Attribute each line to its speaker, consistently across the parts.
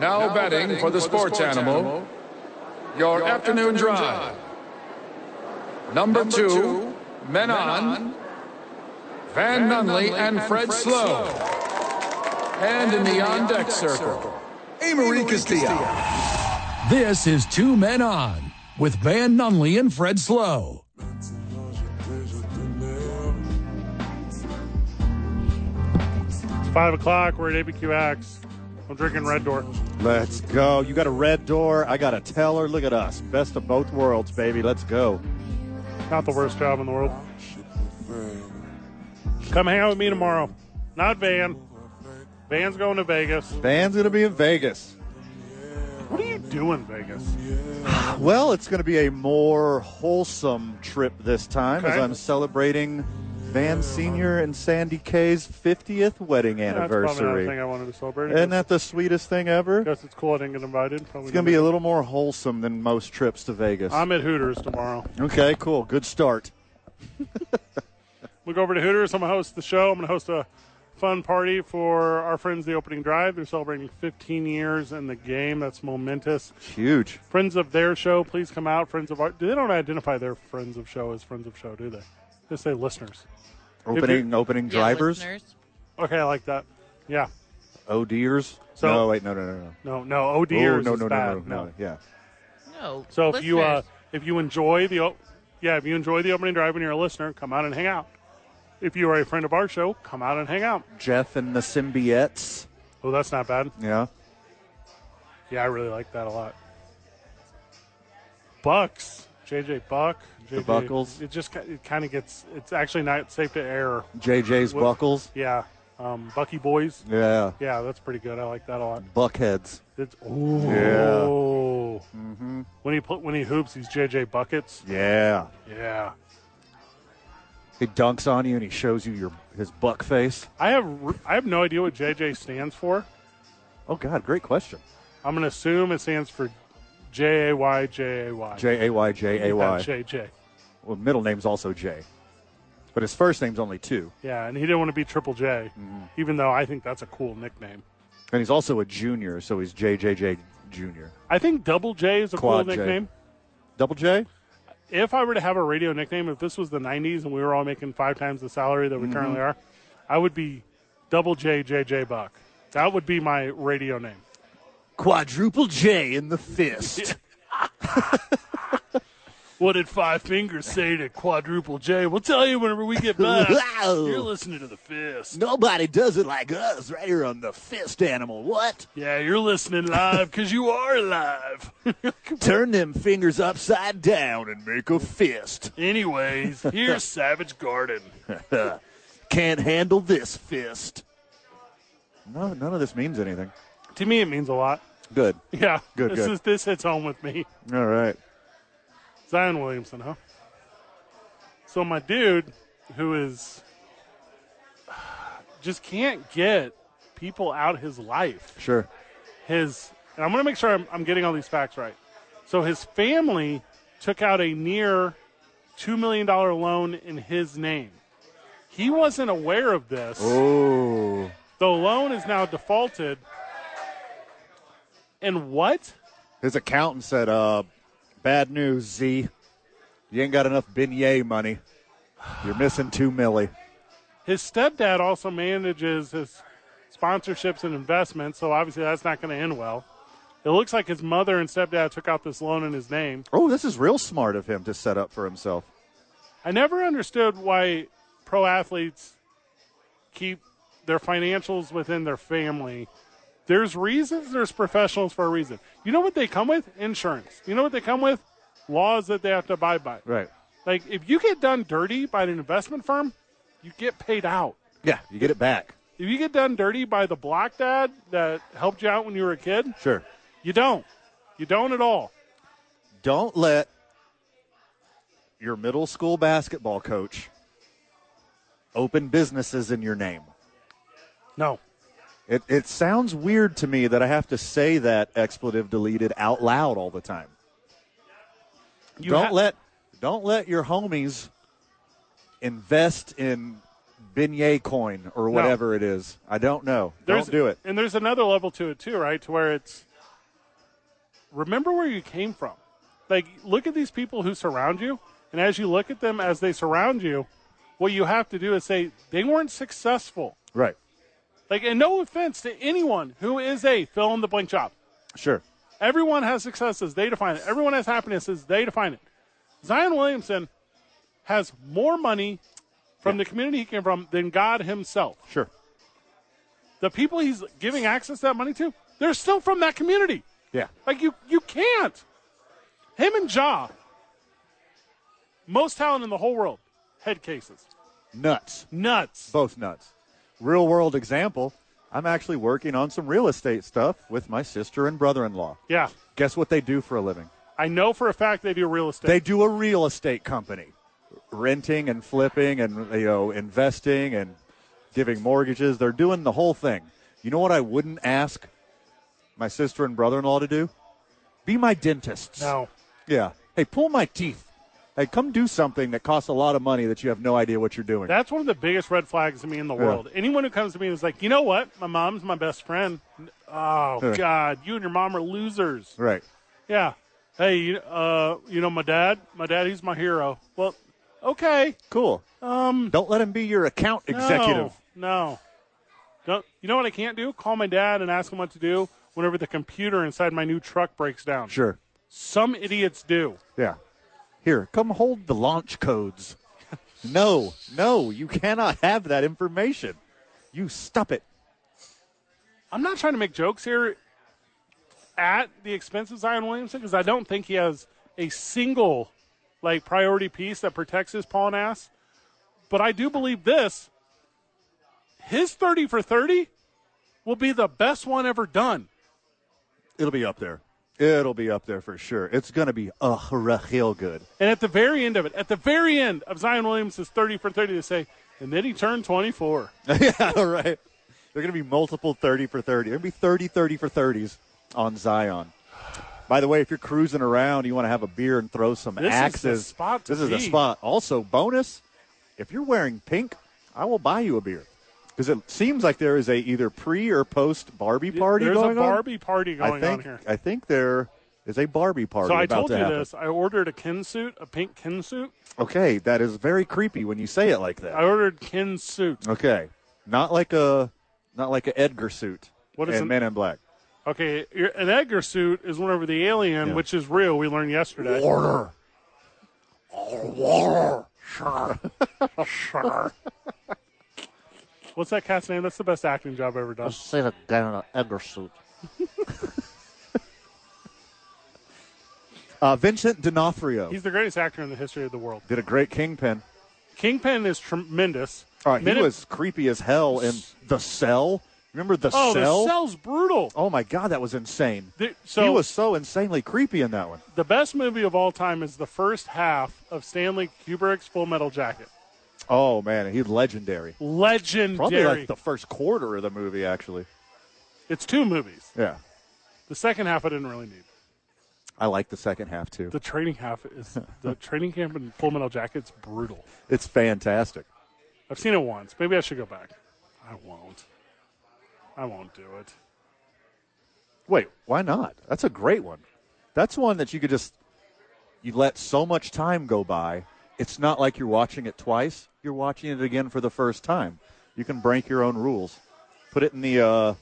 Speaker 1: Now, betting, for the sports, animal, your, afternoon, drive. Number, two, Men On, Van, Nunley, and Fred, Slow. And in the on deck circle,
Speaker 2: Amory Castillo.
Speaker 3: This is Two Men On with Van Nunley and Fred Slow.
Speaker 4: Five o'clock. We're at ABQX. I'm drinking Red Door.
Speaker 5: Let's go. You got a red door. I got a teller. Look at us. Best of both worlds, baby. Let's go.
Speaker 4: Not the worst job in the world. Come hang out with me tomorrow. Not Van. Van's going to Vegas.
Speaker 5: Van's going to be in Vegas.
Speaker 4: What are you doing, Vegas?
Speaker 5: Well, it's going to be a more wholesome trip this time as
Speaker 4: Okay.
Speaker 5: I'm celebrating Van Sr. and Sandy K's 50th wedding
Speaker 4: That's probably not the thing
Speaker 5: anniversary.
Speaker 4: I wanted to celebrate.
Speaker 5: Isn't that the sweetest thing ever?
Speaker 4: Guess it's cool I didn't get invited. Probably
Speaker 5: It's going to be a little more wholesome than most trips to Vegas.
Speaker 4: I'm at Hooters tomorrow.
Speaker 5: Okay, cool. Good start.
Speaker 4: We go over to Hooters. I'm gonna host the show. I'm gonna host a fun party for our friends. The opening drive. They're celebrating 15 years in the game. That's momentous.
Speaker 5: Huge.
Speaker 4: Friends of their show, please come out. Friends of our. They don't identify their friends of show as friends of show, do they? They say listeners.
Speaker 5: Opening opening drivers.
Speaker 6: listeners.
Speaker 4: Okay, I like that. Yeah.
Speaker 5: Oh dears.
Speaker 4: So-
Speaker 5: no, wait, no, no, no,
Speaker 4: No,
Speaker 5: no.
Speaker 4: no. ODers
Speaker 5: oh, no,
Speaker 4: is
Speaker 5: no, no,
Speaker 4: bad.
Speaker 5: no, no, Yeah.
Speaker 6: No.
Speaker 4: So if you uh,
Speaker 6: listeners.
Speaker 4: if you enjoy the o- yeah if you enjoy the opening drive and you're a listener, come out and hang out. If you are a friend of our show, come out and hang out.
Speaker 5: Jeff and the symbiotes.
Speaker 4: Oh, that's not bad.
Speaker 5: Yeah.
Speaker 4: Yeah, I really like that a lot. Bucks, JJ Buck, JJ,
Speaker 5: Buckles.
Speaker 4: It just ki- it kind of gets. It's actually not safe to air.
Speaker 5: JJ's
Speaker 4: What-
Speaker 5: buckles.
Speaker 4: Yeah, um, Bucky Boys.
Speaker 5: Yeah.
Speaker 4: Yeah, that's pretty good. I like that a lot.
Speaker 5: Buckheads.
Speaker 4: It's ooh. Mm-hmm. When he put when he hoops, he's JJ buckets.
Speaker 5: Yeah.
Speaker 4: Yeah.
Speaker 5: He dunks on you and he shows you your his buck face.
Speaker 4: I have r- I have no idea what JJ stands for.
Speaker 5: Oh God, great question.
Speaker 4: I'm gonna assume it stands for J A Y J A Y.
Speaker 5: J A Y J A
Speaker 4: Yeah,
Speaker 5: Y.
Speaker 4: J J.
Speaker 5: Well, middle name's also J, but his first name's only two,
Speaker 4: Yeah, and he didn't want to be Triple J,
Speaker 5: Mm-hmm.
Speaker 4: even though I think that's a cool nickname.
Speaker 5: and he's also a junior, so he's J J J Junior.
Speaker 4: I think Double J is a
Speaker 5: Quad
Speaker 4: cool
Speaker 5: J.
Speaker 4: nickname.
Speaker 5: Double J.
Speaker 4: If I were to have a radio nickname, if this was the '90s and we were all making five times the salary that we currently are, I would be Double J J J Buck. That would be my radio name.
Speaker 5: Quadruple J in the fist.
Speaker 4: What did Five Fingers say to Quadruple J? We'll tell you whenever we get back.
Speaker 5: Wow.
Speaker 4: You're listening to the Fist.
Speaker 5: Nobody does it like us right here on the fist animal. What?
Speaker 4: Yeah, you're listening live because you are live.
Speaker 5: Turn them fingers upside down and make a fist.
Speaker 4: Anyways, here's Savage Garden.
Speaker 5: Can't handle this fist. No, none of this means anything.
Speaker 4: To me, it means a lot.
Speaker 5: Good.
Speaker 4: Yeah,
Speaker 5: Good,
Speaker 4: This
Speaker 5: good.
Speaker 4: is this hits home with me.
Speaker 5: All right.
Speaker 4: Zion Williamson, huh? So my dude, who is just can't get people out his life.
Speaker 5: Sure.
Speaker 4: His and I'm gonna make sure I'm, I'm getting all these facts right. So his family took out a near two million dollar loan in his name. He wasn't aware of this.
Speaker 5: Oh.
Speaker 4: The loan is now defaulted. And what?
Speaker 5: His accountant said, uh, bad news, Z. You ain't got enough beignet money. You're missing two milli.
Speaker 4: His stepdad also manages his sponsorships and investments, so obviously that's not going to end well. It looks like his mother and stepdad took out this loan in his name.
Speaker 5: Oh, this is real smart of him to set up for himself.
Speaker 4: I never understood why pro athletes keep their financials within their family. There's reasons, there's professionals for a reason. You know what they come with? Insurance. You know what they come with? Laws that they have to abide by.
Speaker 5: Right.
Speaker 4: Like if you get done dirty by an investment firm, you get paid out.
Speaker 5: Yeah, you get it back.
Speaker 4: If you get done dirty by the block dad that helped you out when you were a kid,
Speaker 5: Sure.
Speaker 4: you don't. You don't at all.
Speaker 5: Don't let your middle school basketball coach open businesses in your name.
Speaker 4: No.
Speaker 5: It, it sounds weird to me that I have to say that expletive deleted out loud all the time.
Speaker 4: You
Speaker 5: don't
Speaker 4: ha-
Speaker 5: let don't let your homies invest in beignet coin or whatever it is. I don't know.
Speaker 4: There's,
Speaker 5: don't do it.
Speaker 4: And there's another level to it too, right? To where it's remember where you came from. Like look at these people who surround you, and as you look at them as they surround you, what you have to do is say they weren't successful.
Speaker 5: Right.
Speaker 4: Like, and no offense to anyone who is a fill in the blank job.
Speaker 5: Sure.
Speaker 4: Everyone has successes, they define it. Everyone has happiness, as they define it. Zion Williamson has more money from the community he came from than God himself.
Speaker 5: Sure.
Speaker 4: The people he's giving access to that money to, they're still from that community.
Speaker 5: Yeah.
Speaker 4: Like you, you can't. Him and Ja, most talent in the whole world, head cases,
Speaker 5: Nuts.
Speaker 4: nuts.
Speaker 5: Both nuts. Real world example. I'm actually working on some real estate stuff with my sister and brother in law.
Speaker 4: Yeah,
Speaker 5: Guess what they do for a living?
Speaker 4: I know for a fact they do real estate.
Speaker 5: They do a real estate company, renting and flipping and you know investing and giving mortgages. They're doing the whole thing. You know what I wouldn't ask my sister and brother-in-law to do? Be my dentists.
Speaker 4: no,
Speaker 5: Yeah. Hey, pull my teeth. Hey, come do something that costs a lot of money that you have no idea what you're doing.
Speaker 4: that's one of the biggest red flags to me in the world. Anyone who comes to me and is like, you know what, my mom's my best friend. Oh
Speaker 5: Yeah.
Speaker 4: God, you and your mom are losers.
Speaker 5: right.
Speaker 4: Yeah. Hey, you- uh, you know my dad. My dad, he's my hero. Well, okay.
Speaker 5: Cool. Um, Don't let him be your account executive.
Speaker 4: No. no. Don't, you know what I can't do? Call my dad and ask him what to do whenever the computer inside my new truck breaks down.
Speaker 5: Sure.
Speaker 4: Some idiots do.
Speaker 5: Yeah. Here, come hold the launch codes. no, no, you cannot have that information. You stop it.
Speaker 4: I'm not trying to make jokes here at the expense of Zion Williamson because I don't think he has a single like priority piece that protects his pawn ass. But I do believe this his 30 for 30 will be the best one ever done.
Speaker 5: It'll be up there. It'll be up there for sure. It's going to be uh, real good.
Speaker 4: And at the very end of it, at the very end of Zion Williams' 30 for 30, they say, and then he turned 24.
Speaker 5: yeah, all right. They're going to be multiple 30 for 30. They're going to be 30 30 for 30s on Zion. By the way, if you're cruising around, you want to have a beer and throw some
Speaker 4: This is the
Speaker 5: axes.
Speaker 4: spot to
Speaker 5: this is the
Speaker 4: be.
Speaker 5: spot. Also, bonus if you're wearing pink, I will buy you a beer. Because it seems like there is a either pre or post Barbie party
Speaker 4: There's
Speaker 5: going
Speaker 4: a Barbie party
Speaker 5: on.
Speaker 4: going
Speaker 5: I think
Speaker 4: on here.
Speaker 5: I think there is a Barbie party.
Speaker 4: So I
Speaker 5: about
Speaker 4: told
Speaker 5: to
Speaker 4: you
Speaker 5: happen.
Speaker 4: this. I ordered a Ken suit, a pink Ken suit.
Speaker 5: Okay, that is very creepy when you say it like that.
Speaker 4: I ordered Ken suit.
Speaker 5: Okay, not like a not like a Edgar suit.
Speaker 4: What is
Speaker 5: and
Speaker 4: an-
Speaker 5: Men in Black?
Speaker 4: Okay, your- an Edgar suit is whenever the alien,
Speaker 5: Yeah.
Speaker 4: which is real, we learned yesterday.
Speaker 5: Order.
Speaker 4: What's that cat's name? That's the best acting job I've ever done.
Speaker 5: Sit down an Edgar suit. uh, Vincent D'Onofrio
Speaker 4: He's the greatest actor in the history of the world.
Speaker 5: did a great kingpin.
Speaker 4: Kingpin is tremendous.
Speaker 5: All right, he
Speaker 4: Minute-
Speaker 5: was creepy as hell in The Cell. Remember The
Speaker 4: Oh,
Speaker 5: Cell?
Speaker 4: the cell's brutal.
Speaker 5: Oh my God, that was insane.
Speaker 4: The- so
Speaker 5: he was so insanely creepy in that one.
Speaker 4: the best movie of all time is the first half of Stanley Kubrick's Full Metal Jacket.
Speaker 5: Oh man, he's legendary.
Speaker 4: Legendary.
Speaker 5: Probably like the first quarter of the movie, actually.
Speaker 4: it's two movies.
Speaker 5: Yeah,
Speaker 4: The second half I didn't really need.
Speaker 5: I like the second half too.
Speaker 4: The training half is the training camp in Full Metal Jacket's brutal.
Speaker 5: It's fantastic.
Speaker 4: I've seen it once. Maybe I should go back. I won't. I won't do it.
Speaker 5: Wait, why not? That's a great one. That's one that you could just you let so much time go by. It's not like you're watching it twice. You're watching it again for the first time. You can break your own rules. Put it in the uh,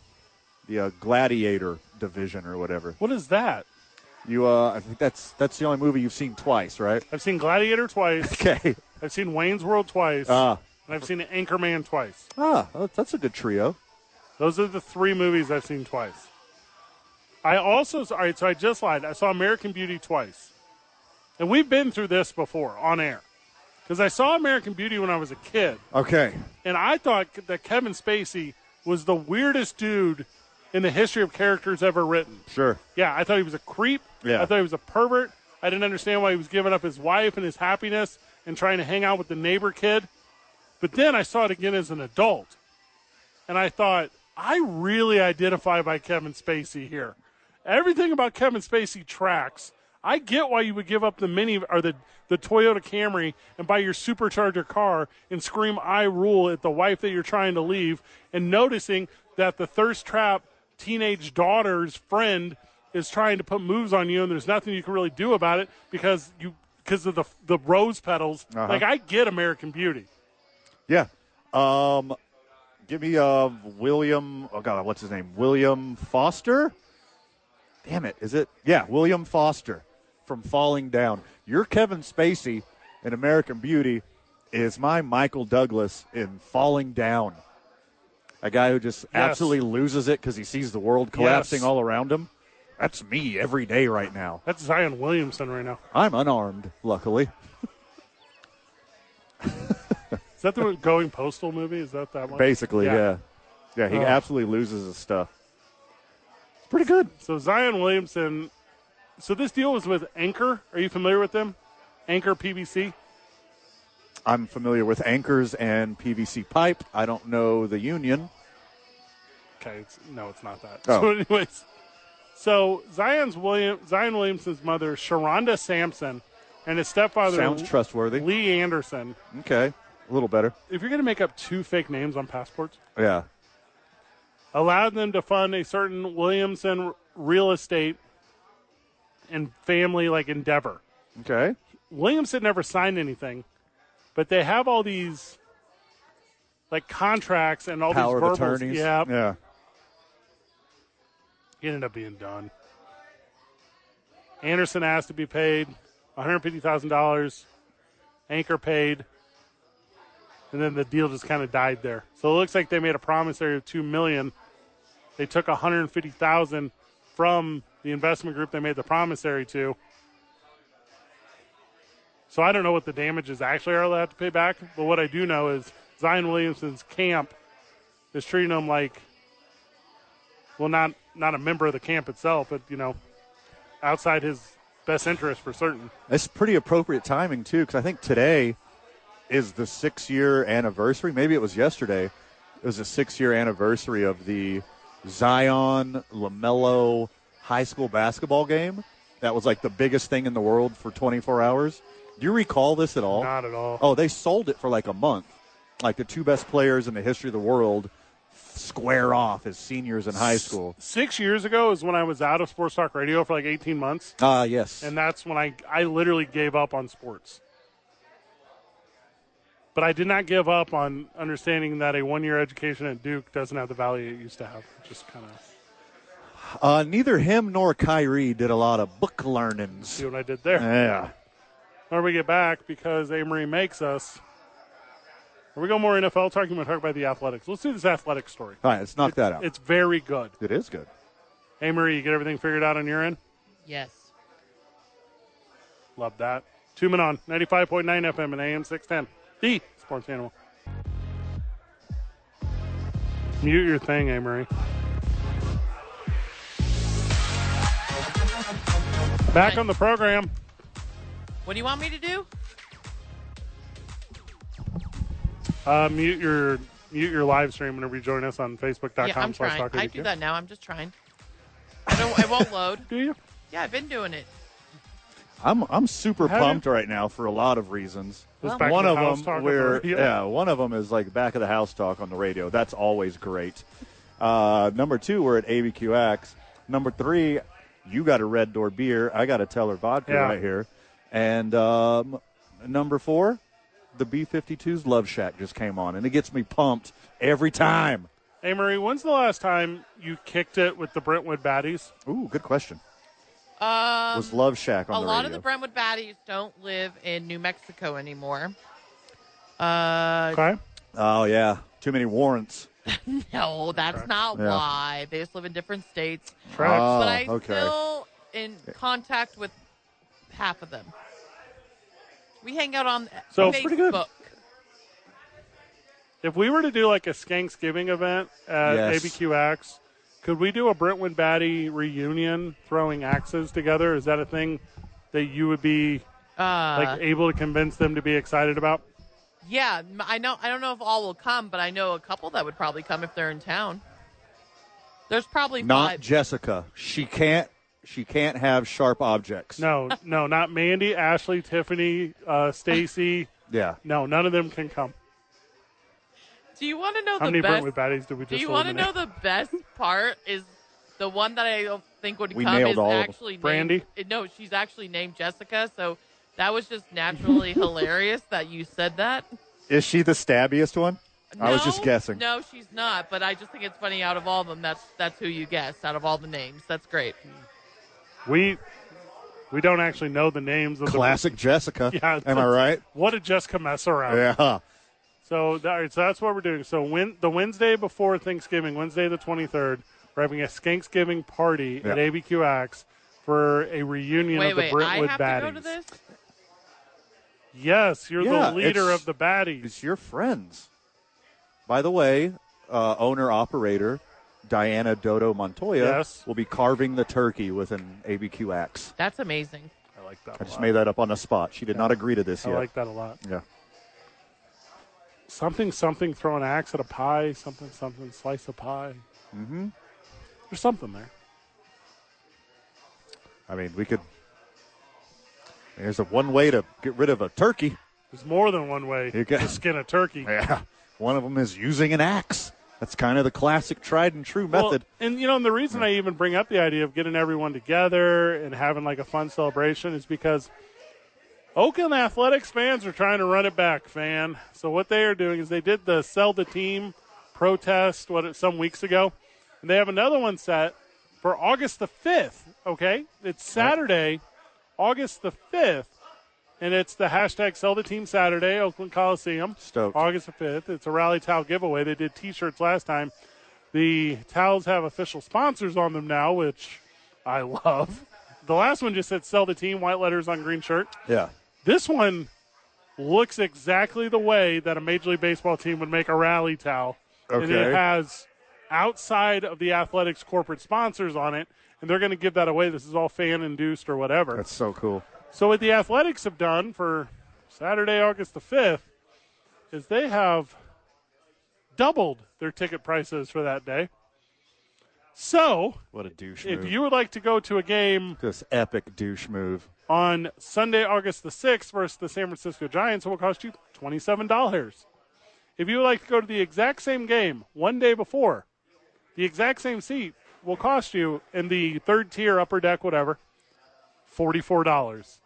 Speaker 5: the uh, gladiator division or whatever.
Speaker 4: What is that?
Speaker 5: You, uh, I think that's that's the only movie you've seen twice, right?
Speaker 4: I've seen Gladiator twice.
Speaker 5: Okay.
Speaker 4: I've seen Wayne's World twice.
Speaker 5: Ah,
Speaker 4: and I've seen Anchorman twice.
Speaker 5: ah, that's- that's a good trio.
Speaker 4: Those are the three movies I've seen twice. I also, all right, so I just lied. I saw American Beauty twice. And we've been through this before on air. Because I saw American Beauty when I was a kid.
Speaker 5: Okay.
Speaker 4: And I thought that Kevin Spacey was the weirdest dude in the history of characters ever written.
Speaker 5: Sure.
Speaker 4: Yeah, I thought he was a creep.
Speaker 5: Yeah.
Speaker 4: I thought he was a pervert. I didn't understand why he was giving up his wife and his happiness and trying to hang out with the neighbor kid. But then I saw it again as an adult. And I thought, I really identify by Kevin Spacey here. Everything about Kevin Spacey tracks. I get why you would give up the mini or the, the Toyota Camry and buy your supercharger car and scream I rule at the wife that you're trying to leave and noticing that the thirst trap teenage daughter's friend is trying to put moves on you and there's nothing you can really do about it because you because of the the rose petals.
Speaker 5: Uh-huh.
Speaker 4: Like I get American Beauty.
Speaker 5: Yeah. Um, give me uh, William. Oh God, what's his name? William Foster. Damn it, is it? Yeah, William Foster from Falling Down. Your Kevin Spacey in American Beauty is my Michael Douglas in Falling Down. A guy who just absolutely loses it because he sees the world collapsing
Speaker 4: Yes.
Speaker 5: all around him. That's me every day right now.
Speaker 4: That's Zion Williamson right now.
Speaker 5: I'm unarmed, luckily.
Speaker 4: Is that the going postal movie? Is that that one?
Speaker 5: Basically,
Speaker 4: Yeah. Oh.
Speaker 5: yeah. Yeah, he
Speaker 4: Ugh.
Speaker 5: absolutely loses his stuff. It's pretty good.
Speaker 4: So Zion Williamson. So this deal was with Anchor. Are you familiar with them? Anchor PBC.
Speaker 5: I'm familiar with anchors and PVC pipe. I don't know the union.
Speaker 4: Okay, it's, no, it's not that.
Speaker 5: Oh.
Speaker 4: So, anyways, so Zion's William Zion Williamson's mother, Sharonda Sampson, and his stepfather
Speaker 5: Sounds trustworthy.
Speaker 4: Lee Anderson.
Speaker 5: Okay, a little better.
Speaker 4: If you're going to make up two fake names on passports,
Speaker 5: Yeah.
Speaker 4: allowed them to fund a certain Williamson real estate and family like endeavor.
Speaker 5: Okay.
Speaker 4: Williamson never signed anything, but they have all these like contracts and all
Speaker 5: Power of
Speaker 4: these verbals.
Speaker 5: attorneys.
Speaker 4: Yeah,
Speaker 5: Yeah.
Speaker 4: he ended up being done. Anderson asked to be paid $150,000. Anchor paid. And then the deal just kind of died there. So it looks like they made a promissory of 2 million. They took 150,000 from the investment group they made the promissory to. So I don't know what the damages actually are they'll have to pay back, but what I do know is Zion Williamson's camp is treating them like well not not a member of the camp itself but you know outside his best interest for certain
Speaker 5: It's pretty appropriate timing, too, because I think today is the six year anniversary. Maybe it was yesterday. It was the six year anniversary of the Zion LaMelo high school basketball game. That was like the biggest thing in the world for 24 hours. Do you recall this at all?
Speaker 4: not at all
Speaker 5: Oh, they sold it for like a month. Like the two best players in the history of the world square off as seniors in high school.
Speaker 4: six years ago is when i was out of sports talk radio for like 18 months
Speaker 5: Ah, yes.
Speaker 4: and that's when i i literally gave up on sports but i did not give up on understanding that a one-year education at duke doesn't have the value it used to have It just kind of
Speaker 5: Uh, neither him nor Kyrie did a lot of book learnings.
Speaker 4: see what i did there
Speaker 5: Yeah.
Speaker 4: Whenever we get back, because Amory makes us, when we go more NFL talking, we're going to talk about the athletics. Let's do this athletic story.
Speaker 5: All right, let's knock that out.
Speaker 4: It's very good.
Speaker 5: It is good.
Speaker 4: Amory, you get everything figured out on your end?
Speaker 6: Yes.
Speaker 4: Love that. Two men on 95.9 FM and AM 610. The Sports Animal. Mute your thing, eh, Amory. Back on the program.
Speaker 6: What do you want me to do?
Speaker 4: Uh, mute your mute your live stream whenever you join us on Facebook.com
Speaker 6: yeah, I'm
Speaker 4: slash
Speaker 6: trying.
Speaker 4: Talk
Speaker 6: I
Speaker 4: ADQ.
Speaker 6: do that now. I'm just trying. I don't. I won't load.
Speaker 4: Do you?
Speaker 6: Yeah, I've been doing it.
Speaker 5: I'm I'm super
Speaker 4: How do-
Speaker 5: pumped right now for a lot of reasons.
Speaker 4: This
Speaker 6: Well-
Speaker 4: back
Speaker 5: one
Speaker 4: to
Speaker 5: of
Speaker 4: the house talk
Speaker 5: them
Speaker 4: on
Speaker 5: where
Speaker 4: the radio.
Speaker 5: yeah, one of them is like back of the house talk on the radio. That's always great. Uh, number two, we're at ABQX. Number three, you got a Red Door beer. I got a Teller vodka
Speaker 4: Yeah.
Speaker 5: right here. And um, number four, the B52s Love Shack just came on, and it gets me pumped every time.
Speaker 4: Hey, Marie, when's the last time you kicked it with the Brentwood Baddies?
Speaker 5: Ooh, good question.
Speaker 6: Um,
Speaker 5: Was Love Shack on
Speaker 6: a
Speaker 5: the
Speaker 6: lot
Speaker 5: radio?
Speaker 6: of the Brentwood baddies don't live in New Mexico anymore. Uh,
Speaker 4: Okay.
Speaker 5: oh yeah, too many warrants.
Speaker 6: no, that's not
Speaker 5: Yeah.
Speaker 6: why. They just live in different states.
Speaker 4: Tracks.
Speaker 5: Oh,
Speaker 6: but I'm
Speaker 5: okay.
Speaker 6: still in contact with half of them. We hang out on
Speaker 4: So-
Speaker 6: Facebook. Uh,
Speaker 4: Pretty good. if we were to do like a Skanksgiving event at
Speaker 5: Yes.
Speaker 4: ABQX, could we do a Brentwood Baddie reunion throwing axes together? Is that a thing that you would be
Speaker 6: Uh,
Speaker 4: like able to convince them to be excited about?
Speaker 6: yeah, m- I know. I don't know if all will come, but I know a couple that would probably come if they're in town. There's probably
Speaker 5: Not
Speaker 6: five.
Speaker 5: Jessica. She can't she can't have sharp objects.
Speaker 4: No, no, not Mandy, Ashley, Tiffany, uh, Stacy.
Speaker 5: Yeah.
Speaker 4: No, none of them can come.
Speaker 6: Do you want to
Speaker 4: How
Speaker 6: know the
Speaker 4: many
Speaker 6: best?
Speaker 4: Brentwood baddies did we just
Speaker 6: Do you want to know
Speaker 4: eliminate?
Speaker 6: the best part is the one that I don't think would
Speaker 5: We
Speaker 6: come
Speaker 5: nailed
Speaker 6: is
Speaker 5: all of them.
Speaker 6: actually named-
Speaker 4: Brandy?
Speaker 6: eh, no, she's actually named Jessica, so that was just naturally hilarious that you said that.
Speaker 5: Is she the stabbiest one? I was just
Speaker 6: No,
Speaker 5: guessing.
Speaker 6: No, she's not, but I just think it's funny out of all of them that's that's who you guessed out of all the names. That's great.
Speaker 4: We we don't actually know the names of
Speaker 5: Classic Jessica.
Speaker 4: the Yeah,
Speaker 5: Am I right?
Speaker 4: What a Jessica mess around.
Speaker 5: Yeah.
Speaker 4: So, that, all right, so that's what we're doing. So when, the Wednesday before Thanksgiving, Wednesday the 23rd, we're having a Skanksgiving party at
Speaker 5: Yeah.
Speaker 4: ABQX for a reunion
Speaker 6: wait,
Speaker 4: of the
Speaker 6: wait,
Speaker 4: Brentwood
Speaker 6: I have
Speaker 4: baddies.
Speaker 6: to go to this?
Speaker 4: Yes, you're
Speaker 5: Yeah,
Speaker 4: the leader
Speaker 5: it's-
Speaker 4: of the baddies.
Speaker 5: It's your friends. By the way, uh, owner operator Diana Dodo Montoya
Speaker 4: Yes.
Speaker 5: will be carving the turkey with an ABQ axe.
Speaker 6: That's amazing.
Speaker 4: I like that.
Speaker 5: I just made that up on the spot. She did not agree to this
Speaker 4: I
Speaker 5: yet.
Speaker 4: like that a lot.
Speaker 5: yeah.
Speaker 4: Something, something, throw an axe at a pie. Something, something, slice a pie. Mm-hmm. There's something there.
Speaker 5: I mean, we could. There's a one way to get rid of a turkey.
Speaker 4: There's more than one way
Speaker 5: You got-
Speaker 4: to skin a turkey.
Speaker 5: Yeah. One of them is using an axe. That's kind of the classic tried and true
Speaker 4: Well,
Speaker 5: method.
Speaker 4: and you know, and the reason I even bring up the idea of getting everyone together and having like a fun celebration is because Oakland athletics fans are trying to run it back, fan. So what they are doing is they did the sell the team protest what some weeks ago, and they have another one set for August the fifth. Okay, it's Saturday, August the fifth. And it's the hashtag sell the team Saturday, Oakland Coliseum.
Speaker 5: Stoked.
Speaker 4: August the 5th. It's a rally towel giveaway. They did t shirts last time. The towels have official sponsors on them now, which I love. The last one just said sell the team, white letters on green shirt.
Speaker 5: yeah.
Speaker 4: This one looks exactly the way that a Major League Baseball team would make a rally towel. And
Speaker 5: Okay.
Speaker 4: it has outside of the athletics corporate sponsors on it, and they're going to give that away. This is all fan induced or whatever.
Speaker 5: That's so cool.
Speaker 4: So what the Athletics have done for Saturday, August the fifth, is they have doubled their ticket prices for that day. So
Speaker 5: What a douche
Speaker 4: if
Speaker 5: move.
Speaker 4: you would like to go to a game
Speaker 5: this epic douche move.
Speaker 4: on Sunday, August the sixth versus the San Francisco Giants, it will cost you twenty-seven dollars. If you would like to go to the exact same game one day before, the exact same seat will cost you in the third tier, upper deck, whatever, forty-four dollars.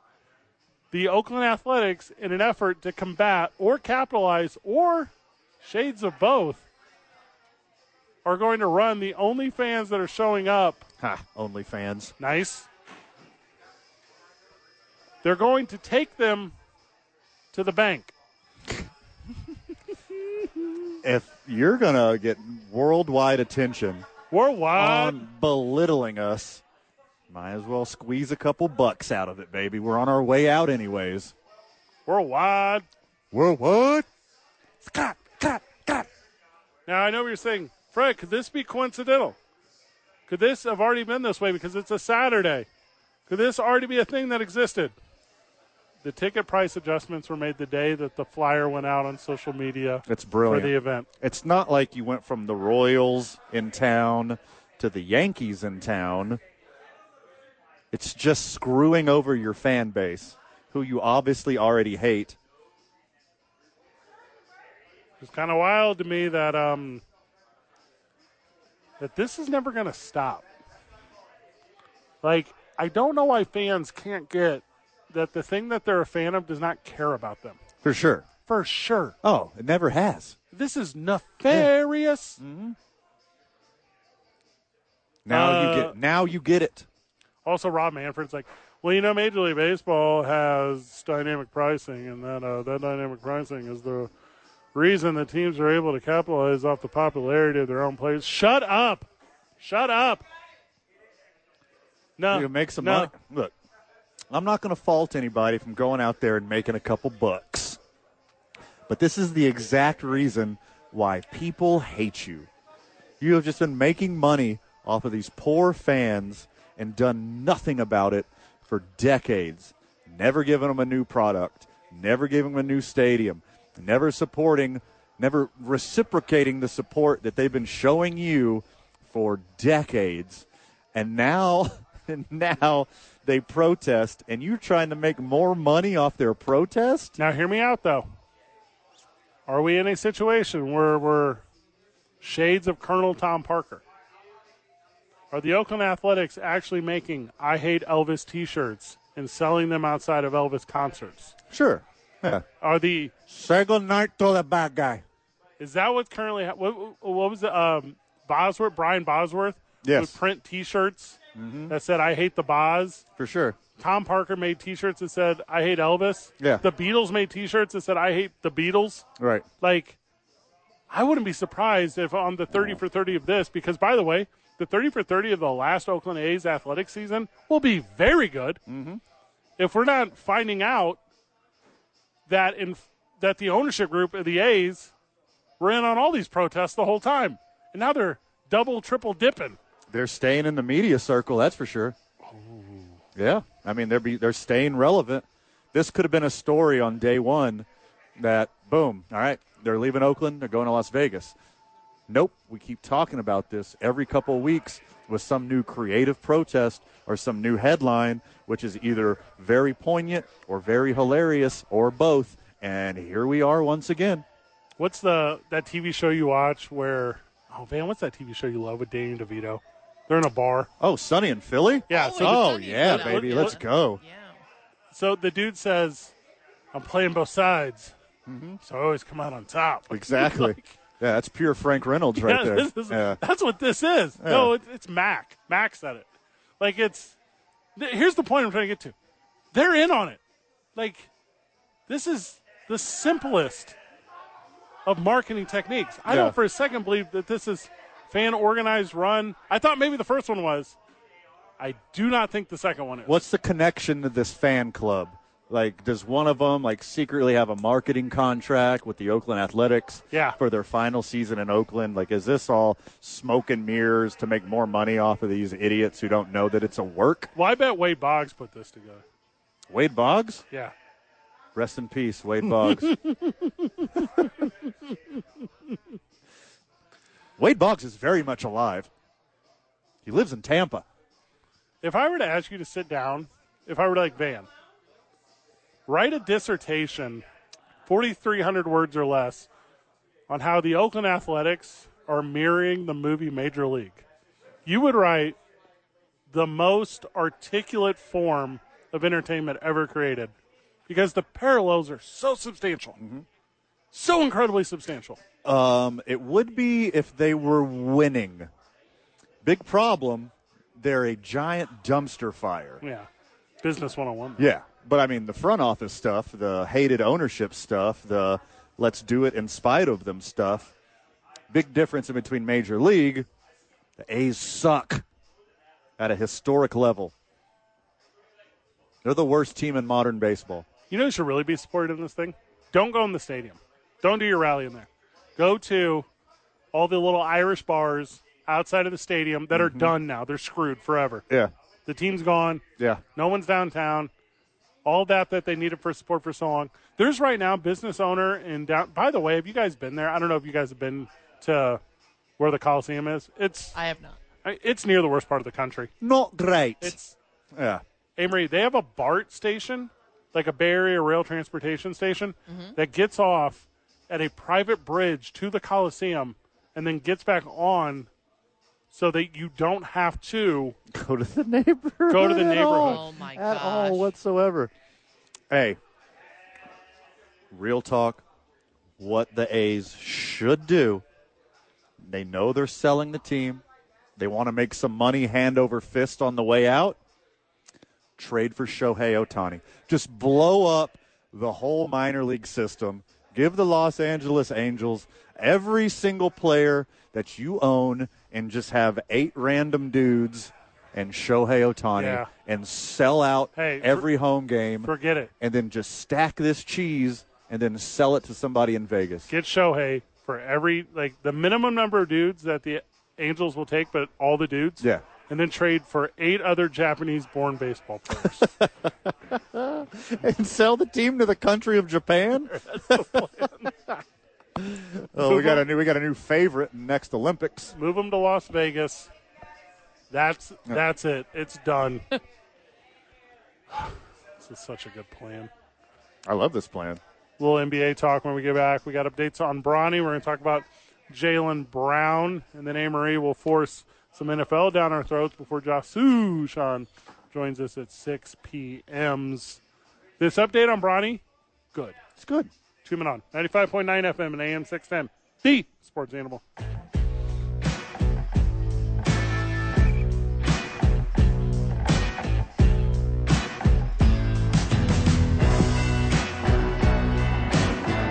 Speaker 4: the Oakland Athletics, in an effort to combat or capitalize or shades of both, are going to run the only fans that are showing up.
Speaker 5: Ha. OnlyFans.
Speaker 4: Nice. They're going to take them to the bank.
Speaker 5: If you're gonna get worldwide attention
Speaker 4: Worldwide.
Speaker 5: on belittling us, might as well squeeze a couple bucks out of it, baby. We're on our way out, anyways.
Speaker 4: Worldwide.
Speaker 5: Well, what?
Speaker 4: Scott, Scott, Scott. Now I know what you're saying, Fred. Could this be coincidental? Could this have already been this way because it's a Saturday? Could this already be a thing that existed? The ticket price adjustments were made the day that the flyer went out on social media
Speaker 5: It's
Speaker 4: for
Speaker 5: brilliant.
Speaker 4: the event.
Speaker 5: It's not like you went from the Royals in town to the Yankees in town. It's just screwing over your fan base, who you obviously already hate.
Speaker 4: It's kind of wild to me that um that this is never going to stop. Like I don't know why fans can't get that the thing that they're a fan of does not care about them.
Speaker 5: For sure.
Speaker 4: For sure.
Speaker 5: Oh, it never has.
Speaker 4: This is nefarious.
Speaker 5: Now
Speaker 4: Uh,
Speaker 5: you get now you get it.
Speaker 4: Also, Rob Manfred's like, well, you know, Major League Baseball has dynamic pricing, and that uh, that dynamic pricing is the reason that teams are able to capitalize off the popularity of their own players. Shut up! Shut up! No,
Speaker 5: You make some
Speaker 4: uh, no.
Speaker 5: money. Look, I'm not going to fault anybody from going out there and making a couple bucks. But this is the exact reason why people hate you. You have just been making money off of these poor fans and done nothing about it for decades. Never giving them a new product, never giving them a new stadium, never supporting, never reciprocating the support that they've been showing you for decades. And now and now they protest, and you're trying to make more money off their protest?
Speaker 4: Now, hear me out, though. Are we in a situation where we're shades of Colonel Tom Parker? Are the Oakland Athletics actually making I Hate Elvis t shirts and selling them outside of Elvis concerts?
Speaker 5: Sure. Yeah.
Speaker 4: Are the
Speaker 5: Say good night to the bad guy.
Speaker 4: Is that what's currently ha- what, what was the um, Bosworth Brian Bosworth
Speaker 5: Yes. Mm-hmm.
Speaker 4: would print T-shirts that said "I hate the Boz."
Speaker 5: For sure.
Speaker 4: Tom Parker made T-shirts that said "I hate Elvis."
Speaker 5: Yeah.
Speaker 4: The Beatles made T-shirts that said "I hate the Beatles."
Speaker 5: Right.
Speaker 4: Like, I wouldn't be surprised if on the thirty for thirty of this, because by the way, the thirty for thirty of the last Oakland A's athletic season will be very good. Mm-hmm. If we're not finding out that in that the ownership group of the A's were in on all these protests the whole time, and now they're double, triple dipping.
Speaker 5: They're staying in the media circle, that's for sure. Yeah, I mean they're be, they're staying relevant. This could have been a story on day one that boom, all right, they're leaving Oakland, they're going to Las Vegas. Nope, we keep talking about this every couple of weeks with some new creative protest or some new headline, which is either very poignant or very hilarious or both. And here we are once again.
Speaker 4: What's the that TV show you watch where? Oh man, what's that TV show you love with Danny DeVito? They're in a bar.
Speaker 5: Oh, Sunny in Philly.
Speaker 4: Yeah.
Speaker 6: it's
Speaker 4: So,
Speaker 5: Oh,
Speaker 6: Sunny
Speaker 5: yeah,
Speaker 6: Zone.
Speaker 5: baby,
Speaker 6: Yeah.
Speaker 5: let's go.
Speaker 6: Yeah.
Speaker 4: so the dude says, "I'm playing both sides, so I always come out on top."
Speaker 5: Mm-hmm. Exactly.
Speaker 4: Like,
Speaker 5: yeah, that's pure Frank Reynolds right
Speaker 4: yeah,
Speaker 5: there.
Speaker 4: this is-
Speaker 5: yeah.
Speaker 4: That's what this is. No, it, it's Mac. Mac said it. Like it's. th- Here's the point I'm trying to get to. They're in on it. Like, this is the simplest of marketing techniques. I
Speaker 5: Yeah.
Speaker 4: don't for a second believe that this is fan organized run. I thought maybe the first one was. I do not think the second one is.
Speaker 5: What's the connection to this fan club? Like, does one of them like secretly have a marketing contract with the Oakland Athletics
Speaker 4: Yeah.
Speaker 5: for their final season in Oakland? Like, is this all smoke and mirrors to make more money off of these idiots who don't know that it's a work?
Speaker 4: Well, I bet Wade Boggs put this together.
Speaker 5: Wade Boggs,
Speaker 4: Yeah.
Speaker 5: rest in peace, Wade Boggs. Wade Boggs is very much alive. He lives in Tampa.
Speaker 4: If I were to ask you to sit down, if I were like Van, write a dissertation, 4,300 words or less, on how the Oakland Athletics are mirroring the movie Major League, you would write the most articulate form of entertainment ever created because the parallels are so substantial. So incredibly substantial.
Speaker 5: Um, it would be if they were winning. Big problem. They're a giant dumpster fire.
Speaker 4: Yeah. Business 101.
Speaker 5: Yeah, but I mean the front office stuff, the hated ownership stuff, the let's do it in spite of them stuff. Big difference in between Major League. The A's suck at a historic level. They're the worst team in modern baseball.
Speaker 4: You know who should really be supported in this thing? Don't go in the stadium. Don't do your rally in there. Go to all the little Irish bars outside of the stadium that are done now. They're screwed forever.
Speaker 5: Yeah,
Speaker 4: The team's gone.
Speaker 5: yeah.
Speaker 4: No one's downtown. All that that they needed for support for so long. There's right now business owner in down. By the way, have you guys been there? I don't know if you guys have been to where the Coliseum is. It's
Speaker 6: I have not.
Speaker 4: it's near the worst part of the country.
Speaker 5: Not great.
Speaker 4: It's
Speaker 5: yeah.
Speaker 4: Amory, they have a BART station, like a Bay Area rail transportation station, that gets off at a private bridge to the Coliseum and then gets back on so that you don't have to.
Speaker 5: go to the neighborhood.
Speaker 4: Go to the
Speaker 5: at all.
Speaker 4: neighborhood.
Speaker 6: Oh my
Speaker 5: at all
Speaker 6: gosh.
Speaker 5: whatsoever. Hey, real talk. What the A's should do. They know they're selling the team. They want to make some money hand over fist on the way out. Trade for Shohei Otani. Just blow up the whole minor league system. Give the Los Angeles Angels every single player that you own and just have eight random dudes and Shohei Otani
Speaker 4: Yeah.
Speaker 5: and sell out
Speaker 4: Hey, for-
Speaker 5: every home game
Speaker 4: Forget it.
Speaker 5: and then just stack this cheese and then sell it to somebody in Vegas.
Speaker 4: Get Shohei for every, like, the minimum number of dudes that the Angels will take, but all the dudes.
Speaker 5: Yeah.
Speaker 4: And then trade for eight other Japanese born baseball players.
Speaker 5: and sell the team to the country of Japan. oh, we got a new we got a new favorite in next Olympics.
Speaker 4: Move them to Las Vegas. That's that's it. It's done. this is such a good plan.
Speaker 5: I love this plan.
Speaker 4: little NBA talk when we get back. We got updates on Bronny. We're going to talk about Jalen Brown, and then Amory will force some NFL down our throats before Josh Sushan joins us at 6 p.m.s. This update on Bronny, good.
Speaker 5: It's good.
Speaker 4: Tune in on 95.9 FM and AM 610. The Sports Animal.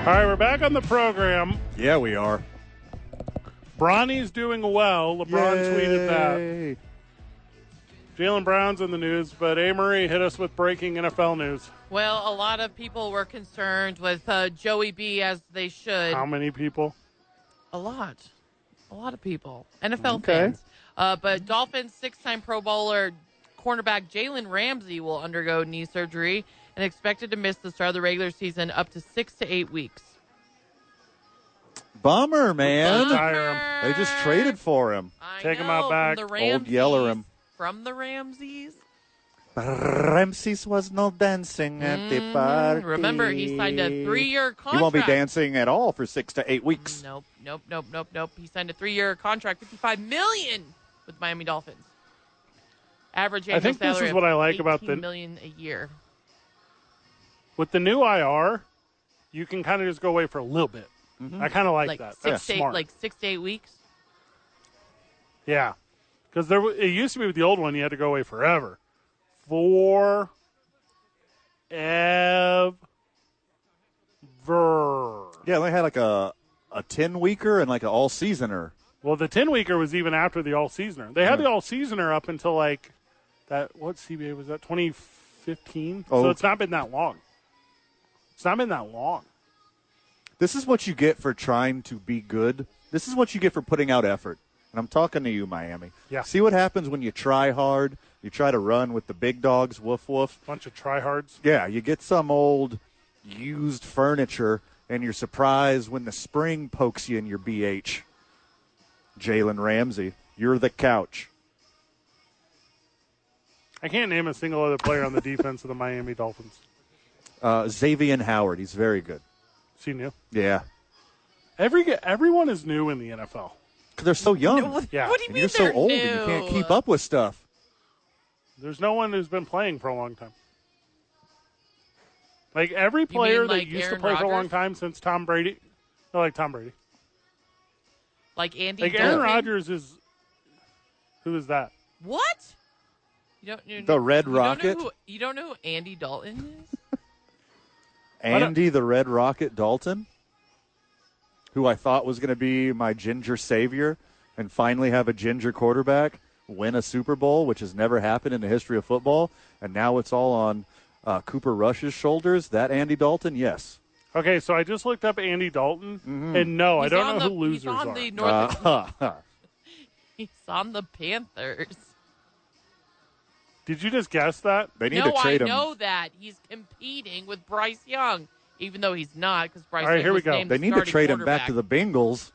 Speaker 4: All right, we're back on the program.
Speaker 5: Yeah, we are.
Speaker 4: Bronny's doing well. LeBron tweeted that.
Speaker 5: Yay.
Speaker 4: Jalen Brown's in the news, but Amory hit us with breaking NFL news.
Speaker 6: Well, a lot of people were concerned with uh, Joey B as they should.
Speaker 4: How many people?
Speaker 6: A lot. A lot of people. NFL
Speaker 5: Okay.
Speaker 6: fans. Uh, but Dolphins six time Pro Bowler cornerback Jalen Ramsey will undergo knee surgery and expected to miss the start of the regular season up to six to eight weeks.
Speaker 5: Bummer, man.
Speaker 4: Retire him.
Speaker 5: They just traded for him.
Speaker 6: I
Speaker 4: Take 'em
Speaker 6: know,
Speaker 4: out
Speaker 6: from
Speaker 4: back.
Speaker 6: The
Speaker 5: Old
Speaker 6: Ramses,
Speaker 5: Yeller 'em.
Speaker 6: From the Ramses.
Speaker 5: Ramses was not dancing at the party.
Speaker 6: Mm, Remember, he signed a three year contract.
Speaker 5: He won't be dancing at all for six to eight weeks.
Speaker 6: Nope, nope, nope, nope, nope. He signed a three-year contract, fifty-five million with Miami Dolphins. Average annual
Speaker 4: I think this
Speaker 6: salary
Speaker 4: is
Speaker 6: of
Speaker 4: what I like about
Speaker 6: 18
Speaker 4: the-
Speaker 6: million a year.
Speaker 4: With the new IR, you can kind of just go away for a little bit. I kind of like,
Speaker 6: Like
Speaker 4: that. That's
Speaker 6: six to eight,
Speaker 4: smart.
Speaker 6: like six to eight weeks.
Speaker 4: yeah, because there w- it used to be with the old one, you had to go away forever. Forever.
Speaker 5: Yeah, they had like a a ten weeker and like an all seasoner.
Speaker 4: Well, the ten weeker was even after the all seasoner. They had the all seasoner up until like that. What CBA was that? Twenty fifteen.
Speaker 5: Oh.
Speaker 4: So it's not been that long. It's not been that long.
Speaker 5: This is what you get for trying to be good. This is what you get for putting out effort. And I'm talking to you, Miami.
Speaker 4: Yeah.
Speaker 5: See what happens when you try hard. You try to run with the big dogs. Woof woof.
Speaker 4: Bunch of tryhards.
Speaker 5: Yeah, you get some old used furniture, and you're surprised when the spring pokes you in your BH. Jalen Ramsey, you're the couch.
Speaker 4: I can't name a single other player on the defense of the Miami Dolphins.
Speaker 5: Uh, Xavier Howard, he's very good.
Speaker 4: Is he new?
Speaker 5: Yeah,
Speaker 4: Every everyone is new in the NFL.
Speaker 5: 'Cause they're so young.
Speaker 4: Yeah.
Speaker 6: What do you
Speaker 5: and
Speaker 6: mean
Speaker 5: you're so
Speaker 6: they're
Speaker 5: old,
Speaker 6: new?
Speaker 5: and you can't keep up with stuff.
Speaker 4: There's no one who's been playing for a long time. Like every
Speaker 6: mean
Speaker 4: player
Speaker 6: like
Speaker 4: that used
Speaker 6: Aaron
Speaker 4: to play for a long
Speaker 6: Rodgers?
Speaker 4: time since Tom Brady. No, like Tom Brady.
Speaker 6: Like Andy.
Speaker 4: Like Aaron
Speaker 6: Dalton.
Speaker 4: Rodgers is. Who is that?
Speaker 6: What? You don't you,
Speaker 5: The Red
Speaker 6: you
Speaker 5: Rocket?
Speaker 6: Don't know who, you don't know who Andy Dalton is?
Speaker 4: don't-
Speaker 5: Andy the Red Rocket Dalton, who I thought was going to be my ginger savior and finally have a ginger quarterback win a Super Bowl, which has never happened in the history of football. And now it's all on uh, Cooper Rush's shoulders. That Andy Dalton, yes.
Speaker 4: Okay, so I just looked up Andy Dalton, and no, Oh, I
Speaker 6: He's
Speaker 4: don't
Speaker 6: on
Speaker 4: know
Speaker 6: the,
Speaker 4: who losers
Speaker 6: he's on
Speaker 4: are.
Speaker 6: The North,
Speaker 5: Uh,
Speaker 6: he's on the Panthers.
Speaker 4: Did you just guess that?
Speaker 5: they need
Speaker 6: no,
Speaker 5: to trade
Speaker 6: I
Speaker 5: him.
Speaker 6: know that he's competing with Bryce Young, even though he's not because Bryce.
Speaker 4: All right,
Speaker 6: Young
Speaker 4: here we
Speaker 6: was
Speaker 4: go.
Speaker 6: named
Speaker 5: They
Speaker 6: the
Speaker 5: need to
Speaker 6: starting
Speaker 5: trade him back
Speaker 6: quarterback.
Speaker 5: to the Bengals.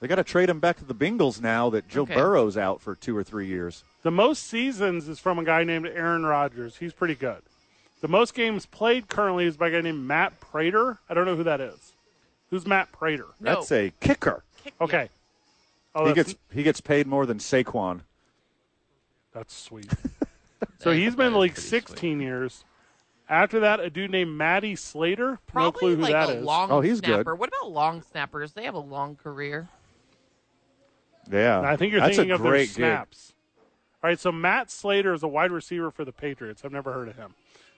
Speaker 5: They got to trade him back to the Bengals now that Joe
Speaker 6: Okay.
Speaker 5: Burrow's out for two or three years.
Speaker 4: The most seasons is from a guy named Aaron Rodgers. He's pretty good. The most games played currently is by a guy named Matt Prater. I don't know who that is. Who's Matt Prater?
Speaker 6: No.
Speaker 5: That's a kicker.
Speaker 6: Kick-
Speaker 4: Okay. Oh,
Speaker 5: He
Speaker 4: that's,
Speaker 5: gets he gets paid more than Saquon.
Speaker 4: that's sweet. so he's been in the league 16 years. After that, a dude named Matty Slater. no
Speaker 6: Probably
Speaker 4: clue who
Speaker 6: like
Speaker 4: that
Speaker 6: a
Speaker 4: is.
Speaker 6: long
Speaker 5: Oh, he's good.
Speaker 6: snapper. What about long snappers? They have a long career.
Speaker 5: Yeah,
Speaker 4: I think you're
Speaker 5: That's
Speaker 4: thinking
Speaker 5: a
Speaker 4: of
Speaker 5: great
Speaker 4: their
Speaker 5: gig.
Speaker 4: snaps. All right, so Matt Slater is a wide receiver for the Patriots. I've never heard of him.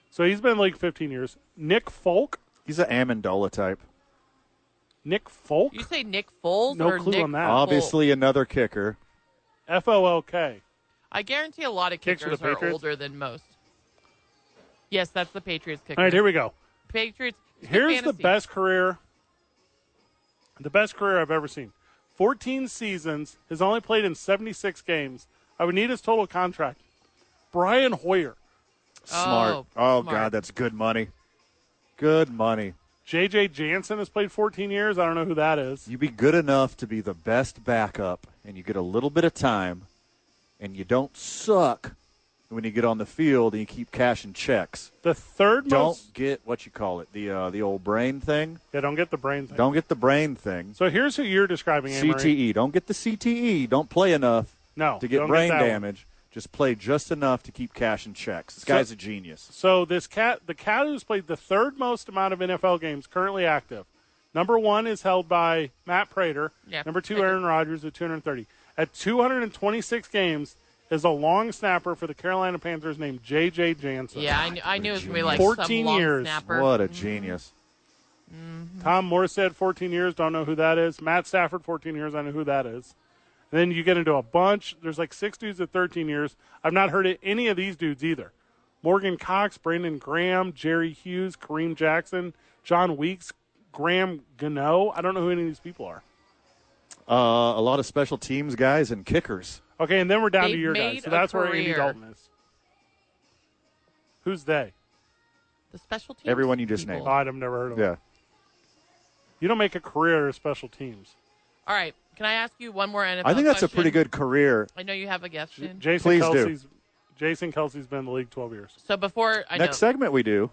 Speaker 4: So he's been in the league 15 years. Nick Folk.
Speaker 5: He's an Amendola type.
Speaker 4: Nick Folk?
Speaker 6: You say Nick Foles
Speaker 4: No
Speaker 6: or
Speaker 4: clue
Speaker 6: Nick
Speaker 4: on that.
Speaker 6: Folk?
Speaker 5: Obviously, another kicker.
Speaker 4: F O L K.
Speaker 6: I guarantee a lot of
Speaker 4: Kicks for the
Speaker 6: kickers are
Speaker 4: Patriots?
Speaker 6: older than most. Yes, that's the Patriots kicker.
Speaker 4: All right, here we go.
Speaker 6: Patriots. it's good
Speaker 4: Here's the
Speaker 6: fantasy.
Speaker 4: best career. The best career I've ever seen. 14 seasons, has only played in 76 games. I would need his total contract. Brian Hoyer,
Speaker 5: Smart.
Speaker 6: Oh,
Speaker 5: oh
Speaker 6: smart.
Speaker 5: God, that's good money. Good money.
Speaker 4: JJ Jansen has played 14 years. I don't know who that is.
Speaker 5: You be good enough to be the best backup, and you get a little bit of time, and you don't suck when you get on the field and you keep cashing checks.
Speaker 4: The third most.
Speaker 5: Don't get what you call it the uh, the old brain thing.
Speaker 4: Yeah, don't get the brain thing.
Speaker 5: Don't get the brain thing.
Speaker 4: So here's who you're describing, Anne Marie.
Speaker 5: CTE. E. Don't get the CTE. Don't play enough
Speaker 4: No,
Speaker 5: to get
Speaker 4: don't
Speaker 5: brain
Speaker 4: that one.
Speaker 5: damage. Just play just enough to keep cashing checks. This
Speaker 4: So-
Speaker 5: guy's a genius.
Speaker 4: So this cat, the cat who's played the third most amount of NFL games currently active. Number one is held by Matt Prater.
Speaker 6: Yeah,
Speaker 4: Number two,
Speaker 6: Prater.
Speaker 4: Aaron Rodgers with 230. At 226 games is a long snapper for the Carolina Panthers named J.J. Jansen.
Speaker 6: Yeah, I, kn- I knew it was going to be like
Speaker 4: 14
Speaker 6: some long
Speaker 4: years.
Speaker 6: snapper.
Speaker 5: What a genius.
Speaker 4: Tom Moore said 14 years. Don't know who that is. Matt Stafford, 14 years. I know who that is. And then you get into a bunch. There's like six dudes at 13 years. I've not heard of any of these dudes either. Morgan Cox, Brandon Graham, Jerry Hughes, Kareem Jackson, John Weeks, Graham Gano. I don't know who any of these people are.
Speaker 5: Uh, a lot of special teams guys and kickers.
Speaker 4: Okay, and then we're down to
Speaker 6: They've
Speaker 4: your guys.
Speaker 6: made
Speaker 4: So
Speaker 6: a
Speaker 4: that's where Andy
Speaker 6: career.
Speaker 4: Dalton is. Who's they?
Speaker 6: The special teams.
Speaker 5: Everyone you just
Speaker 6: people.
Speaker 5: named.
Speaker 4: Oh, I've never heard of them.
Speaker 5: Yeah.
Speaker 4: You don't make a career of special teams.
Speaker 6: All right. Can I ask you one more NFL
Speaker 5: I think that's a
Speaker 6: question?
Speaker 5: pretty good career.
Speaker 6: I know you have a guest. in.
Speaker 4: Jason
Speaker 5: Please do.
Speaker 4: Kelsey's Jason Kelsey's been in the league 12 years.
Speaker 6: So before I
Speaker 5: Next
Speaker 6: know.
Speaker 5: segment we do.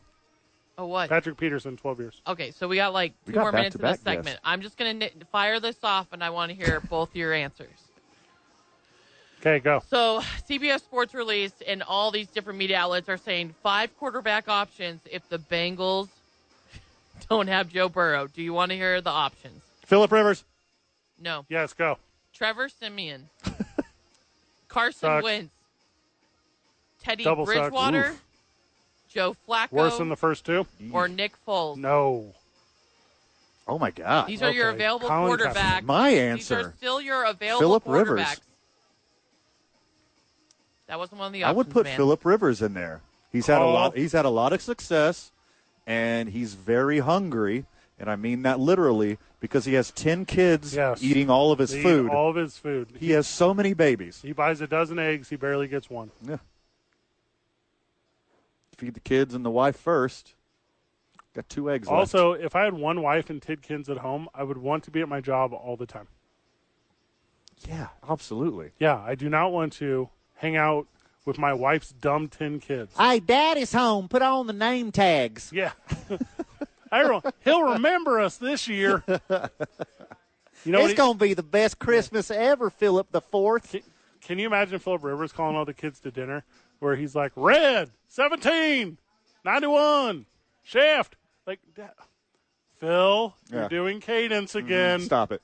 Speaker 6: Oh, what?
Speaker 4: Patrick Peterson 12 years.
Speaker 6: Okay, so we got like
Speaker 5: We
Speaker 6: two
Speaker 5: got
Speaker 6: more minutes in this
Speaker 5: back-to-back
Speaker 6: segment.
Speaker 5: guests.
Speaker 6: I'm just going to fire this off, and I want to hear both your answers.
Speaker 4: Okay, go.
Speaker 6: So CBS Sports released, and all these different media outlets are saying five quarterback options if the Bengals don't have Joe Burrow. Do you want to hear the options?
Speaker 5: Philip Rivers.
Speaker 6: No.
Speaker 4: Yes, go.
Speaker 6: Trevor Simeon, Carson
Speaker 4: Sucks.
Speaker 6: Wentz, Teddy
Speaker 4: Double sucks.
Speaker 6: Bridgewater,
Speaker 4: Oof.
Speaker 6: Joe Flacco,
Speaker 4: Worse than the first two?
Speaker 6: or Nick Foles.
Speaker 4: No.
Speaker 5: Oh my God.
Speaker 6: These are your
Speaker 4: Okay.
Speaker 6: available
Speaker 4: Colin Kaepernick.
Speaker 6: quarterbacks.
Speaker 5: My
Speaker 6: These are
Speaker 5: answer.
Speaker 6: still your available
Speaker 5: Philip
Speaker 6: quarterbacks.
Speaker 5: Rivers.
Speaker 6: That wasn't one of the
Speaker 5: I
Speaker 6: options.
Speaker 5: would put
Speaker 6: man.
Speaker 5: Philip Rivers in there. He's had a
Speaker 4: Call.
Speaker 5: lot. He's had a lot of success, and he's very hungry, and I mean that literally because he has ten kids
Speaker 4: Yes.
Speaker 5: eating all of his
Speaker 4: They eat
Speaker 5: food.
Speaker 4: All of his food. He,
Speaker 5: he has so many babies.
Speaker 4: buys a dozen eggs. He barely gets one.
Speaker 5: Yeah. Feed the kids and the wife first. Got two eggs. left.
Speaker 4: Also, if I had one wife and 10 kids at home, I would want to be at my job all the time.
Speaker 5: yeah, absolutely.
Speaker 4: Yeah, I do not want to hang out with my wife's dumb 10 kids.
Speaker 5: Hey, Daddy's home. Put on the name tags.
Speaker 4: Yeah. I re- he'll remember us this year. You know what he-
Speaker 5: gonna be the best Christmas ever, Philip the Fourth.
Speaker 4: Can, can you imagine Philip Rivers calling all the kids to dinner where he's like, red, 17, 91, shift? Like, "Da- Phil,
Speaker 5: Yeah. Mm-hmm.
Speaker 4: you're doing cadence again.
Speaker 5: Stop it.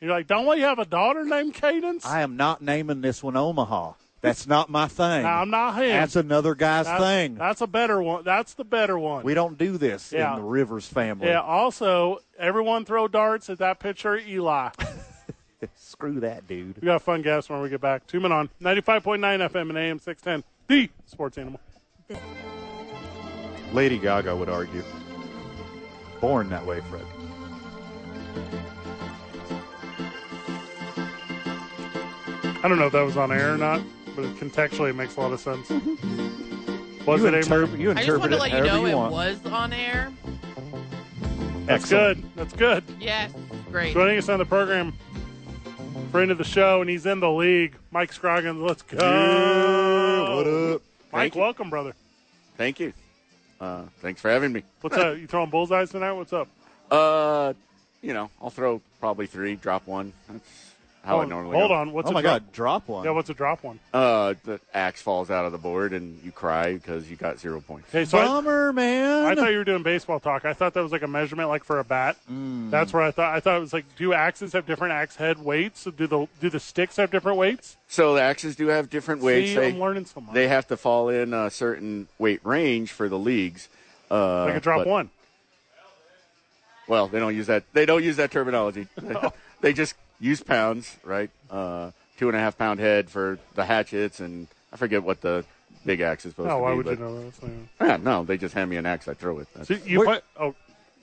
Speaker 4: You're like, don't we have a daughter named Cadence?
Speaker 5: I am not naming this one Omaha. That's not my thing.
Speaker 4: No, I'm not him.
Speaker 5: That's another guy's
Speaker 4: That's-
Speaker 5: thing.
Speaker 4: That's a better one. That's the better one.
Speaker 5: we don't do this
Speaker 4: Yeah.
Speaker 5: in the Rivers family.
Speaker 4: yeah, also, everyone throw darts at that picture of Eli.
Speaker 5: Screw that dude.
Speaker 4: we got a fun guest when we get back. Two men on 95.9 FM and AM 610, the sports animal.
Speaker 5: Lady Gaga would argue. Born that way, Fred.
Speaker 4: I don't know if that was on air or not, but contextually it makes a lot of sense.
Speaker 7: Mm-hmm.
Speaker 4: Was
Speaker 5: you
Speaker 4: it a
Speaker 5: interpret, you
Speaker 6: I just
Speaker 5: interpret
Speaker 6: wanted to let
Speaker 5: it
Speaker 6: you
Speaker 5: however
Speaker 6: know
Speaker 5: you
Speaker 6: it
Speaker 5: want.
Speaker 6: was on air.
Speaker 4: That's
Speaker 5: Excellent.
Speaker 4: good. That's good.
Speaker 6: Yes, great.
Speaker 4: Joining us on the program, friend of the show, and he's in the league, Mike Scroggins. Let's go.
Speaker 7: Yeah, what up?
Speaker 4: Mike,
Speaker 7: Thank you.
Speaker 4: welcome, brother.
Speaker 7: Thank you. Uh, thanks for having me.
Speaker 4: What's up? You throwing bullseyes tonight? What's up?
Speaker 7: Uh, you know, I'll throw probably three, drop one. That's how I
Speaker 4: hold
Speaker 7: normally.
Speaker 4: hold
Speaker 7: go.
Speaker 4: on. What's
Speaker 5: oh
Speaker 4: a
Speaker 5: my
Speaker 4: drop?
Speaker 5: God, drop one.
Speaker 4: Yeah, what's a drop one?
Speaker 7: Uh, the axe falls out of the board and you cry because you got zero points.
Speaker 4: Okay, so I,
Speaker 5: Bummer, man.
Speaker 4: I thought you were doing baseball talk. I thought that was like a measurement, like for a bat.
Speaker 7: Mm.
Speaker 4: That's where I thought. I thought it was like, do axes have different axe head weights? So do the do the sticks have different weights?
Speaker 7: So the axes do have different weights.
Speaker 4: See,
Speaker 7: they,
Speaker 4: I'm learning so much.
Speaker 7: they have to fall in a certain weight range for the leagues. Uh,
Speaker 4: like a drop
Speaker 7: but-
Speaker 4: one.
Speaker 7: Well, they don't use that. They don't use that terminology. they just use pounds, right? Uh, two and a half pound head for the hatchets, and I forget what the big axe is supposed
Speaker 4: No,
Speaker 7: to be.
Speaker 4: Oh, why would you
Speaker 7: but-
Speaker 4: know that? So-
Speaker 7: Yeah, no, they just hand me an axe. I throw it. That's-
Speaker 4: So you play, oh,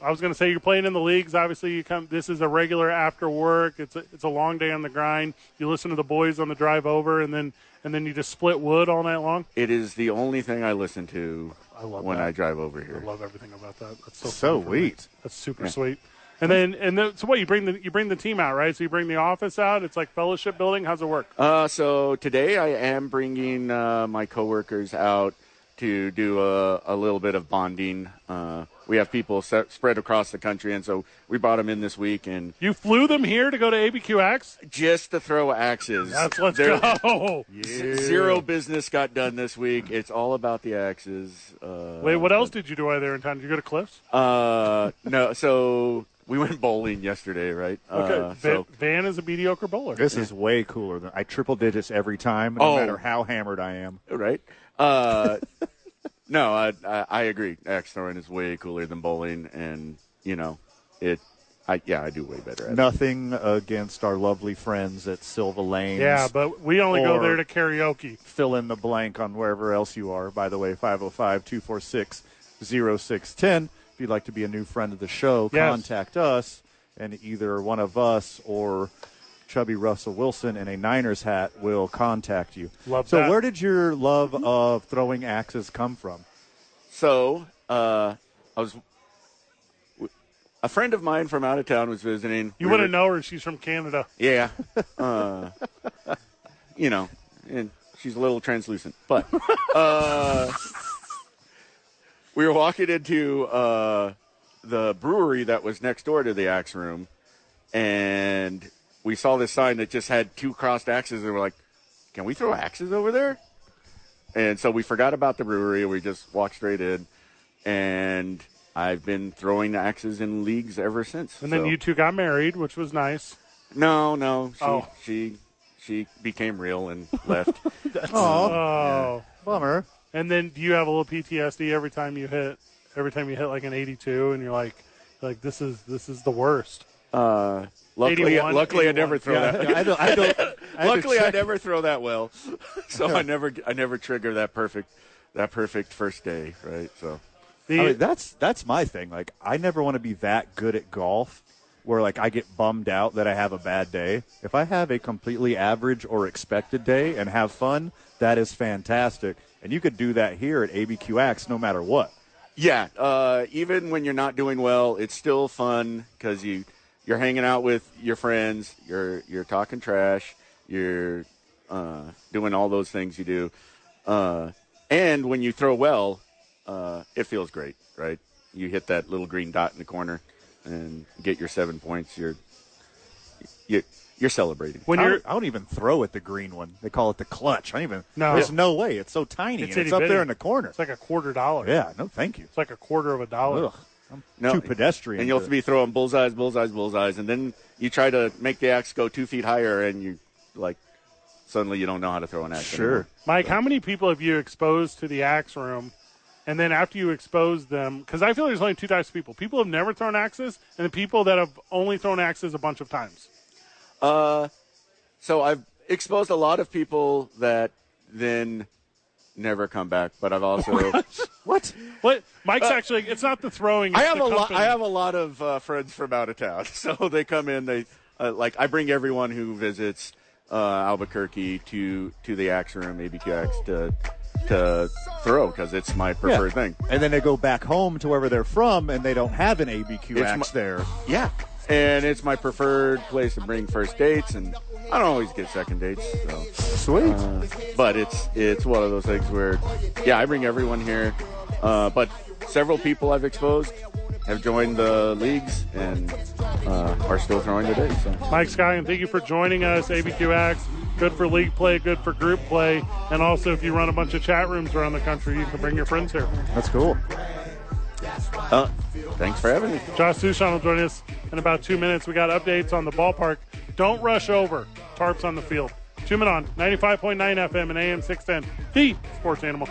Speaker 4: I was going to say you're playing in the leagues. Obviously, you come. This is a regular after work. It's a, it's a long day on the grind. You listen to the boys on the drive over, and then and then you just split wood all night long.
Speaker 7: it is the only thing I listen to
Speaker 4: I love
Speaker 7: when
Speaker 4: that.
Speaker 7: I drive over here.
Speaker 4: I love everything about that. That's so
Speaker 5: so
Speaker 4: fun for me.
Speaker 5: sweet.
Speaker 4: That's super sweet. And then and then, so what you bring the you bring the team out right? So you bring the office out. It's like fellowship building. How's it work?
Speaker 7: Uh, so today I am bringing uh, my coworkers out to do a, a little bit of bonding. Uh, we have people set, spread across the country, and so we brought them in this week and
Speaker 4: You flew them here to go to ABQX.
Speaker 7: just to throw axes.
Speaker 4: That's let's
Speaker 7: There-
Speaker 4: go.
Speaker 7: z- Zero business got done this week. It's all about the axes. Uh,
Speaker 4: Wait, what else did you do while there in town? Did you go to Cliffs?
Speaker 7: Uh, no, so we went bowling yesterday, right?
Speaker 4: Okay,
Speaker 7: Uh,
Speaker 4: Van,
Speaker 7: so
Speaker 4: Van is a mediocre bowler.
Speaker 5: This is way cooler than I triple digits every time, no
Speaker 7: Oh.
Speaker 5: matter how hammered I am.
Speaker 7: right? Uh, no, I, I I agree. Axe throwing is way cooler than bowling, and you know, it. I yeah, I do way better at it.
Speaker 5: Nothing against our lovely friends at Silva Lanes.
Speaker 4: yeah, but we only go
Speaker 5: Or-
Speaker 4: there to karaoke.
Speaker 5: fill in the blank on wherever else you are. By the way, 505 246 0610. If you'd like to be a new friend of the show,
Speaker 4: Yes.
Speaker 5: contact us, and either one of us or Chubby Russell Wilson in a Niners hat will contact you.
Speaker 4: Love
Speaker 5: so,
Speaker 4: that.
Speaker 5: where did your love of throwing axes come from?
Speaker 7: So uh, I was a friend of mine from out of town was visiting.
Speaker 4: You
Speaker 7: We
Speaker 4: wouldn't
Speaker 7: were-
Speaker 4: know her. She's from Canada.
Speaker 7: Yeah. Uh, you know, and she's a little translucent, but uh, we were walking into uh, the brewery that was next door to the axe room, and we saw this sign that just had two crossed axes, and we're like, "Can we throw axes over there?" And so we forgot about the brewery. We just walked straight in, and I've been throwing axes in leagues ever since.
Speaker 4: And then
Speaker 7: so-
Speaker 4: you two got married, which was nice.
Speaker 7: no, no. She
Speaker 4: Oh.
Speaker 7: she she became real and left.
Speaker 5: Oh,
Speaker 4: Oh.
Speaker 5: bummer.
Speaker 4: And then do you have a little PTSD every time you hit every time you hit like an 82 and you're like like this is this is the worst.
Speaker 7: uh, luckily,
Speaker 4: 81,
Speaker 7: luckily I
Speaker 4: 81.
Speaker 7: never throw
Speaker 5: Yeah,
Speaker 7: that.
Speaker 5: I don't. I don't I
Speaker 7: luckily, I
Speaker 5: had to check-
Speaker 7: never throw that well, so I never I never trigger that perfect that perfect first day, right? So
Speaker 4: The,
Speaker 5: I mean, that's that's my thing. Like, I never want to be that good at golf where like I get bummed out that I have a bad day. If I have a completely average or expected day and have fun, that is fantastic. And you could do that here at ABQX no matter what.
Speaker 7: yeah, uh, even when you're not doing well, it's still fun because you you're hanging out with your friends, you're you're talking trash, you're uh, doing all those things you do, uh, and when you throw well, uh, it feels great, right? You hit that little green dot in the corner and get your seven points. You're you're, you're celebrating.
Speaker 4: when
Speaker 5: I
Speaker 4: you're
Speaker 5: don't, I don't even throw at the green one. They call it the clutch. I don't even.
Speaker 4: No.
Speaker 5: There's no way. It's so tiny.
Speaker 4: It's
Speaker 5: and it's up
Speaker 4: itty-bitty.
Speaker 5: there in the corner.
Speaker 4: it's like a quarter dollar.
Speaker 5: Yeah. No, thank you.
Speaker 4: It's like a quarter of a dollar.
Speaker 5: Ugh, I'm too pedestrian.
Speaker 7: And you'll
Speaker 5: to-
Speaker 7: be throwing bullseyes, bullseyes, bullseyes, and then you try to make the axe go two feet higher, and you like suddenly you don't know how to throw an axe.
Speaker 5: sure.
Speaker 4: Mike, how many people have you exposed to the axe room? And then after you expose them, because I feel there's only two types of people: people who have never thrown axes, and the people that have only thrown axes a bunch of times.
Speaker 7: anymore. Uh, so I've exposed a lot of people that then never come back, but I've also
Speaker 5: What?
Speaker 4: What Mike's actually—it's not the throwing. It's
Speaker 7: Uh, I have
Speaker 4: the
Speaker 7: a lot.
Speaker 4: company.
Speaker 7: I have a lot of uh, friends from out of town, so they come in. They uh, like I bring everyone who visits uh, Albuquerque to to the axe room, ABQX, to to throw because it's my preferred thing.
Speaker 5: And then they go back home to wherever they're from, and they don't have an ABQ
Speaker 7: It's my-
Speaker 5: axe there.
Speaker 7: Yeah. And it's my preferred place to bring first dates, and I don't always get second dates. So. Uh,
Speaker 5: Sweet.
Speaker 7: But it's it's one of those things where, yeah, I bring everyone here. Uh, but several people I've exposed have joined the leagues and uh, are still throwing today. So.
Speaker 4: Mike Sky, and thank you for joining us. ABQX, good for league play, good for group play, and also if you run a bunch of chat rooms around the country, you can bring your friends here.
Speaker 5: That's cool.
Speaker 7: Uh, thanks for having me.
Speaker 4: Josh Sushan will join us in about two minutes. We got updates on the ballpark. Don't rush over. Tarps on the field. Tune in on 95.9 FM and AM 610, the sports animal.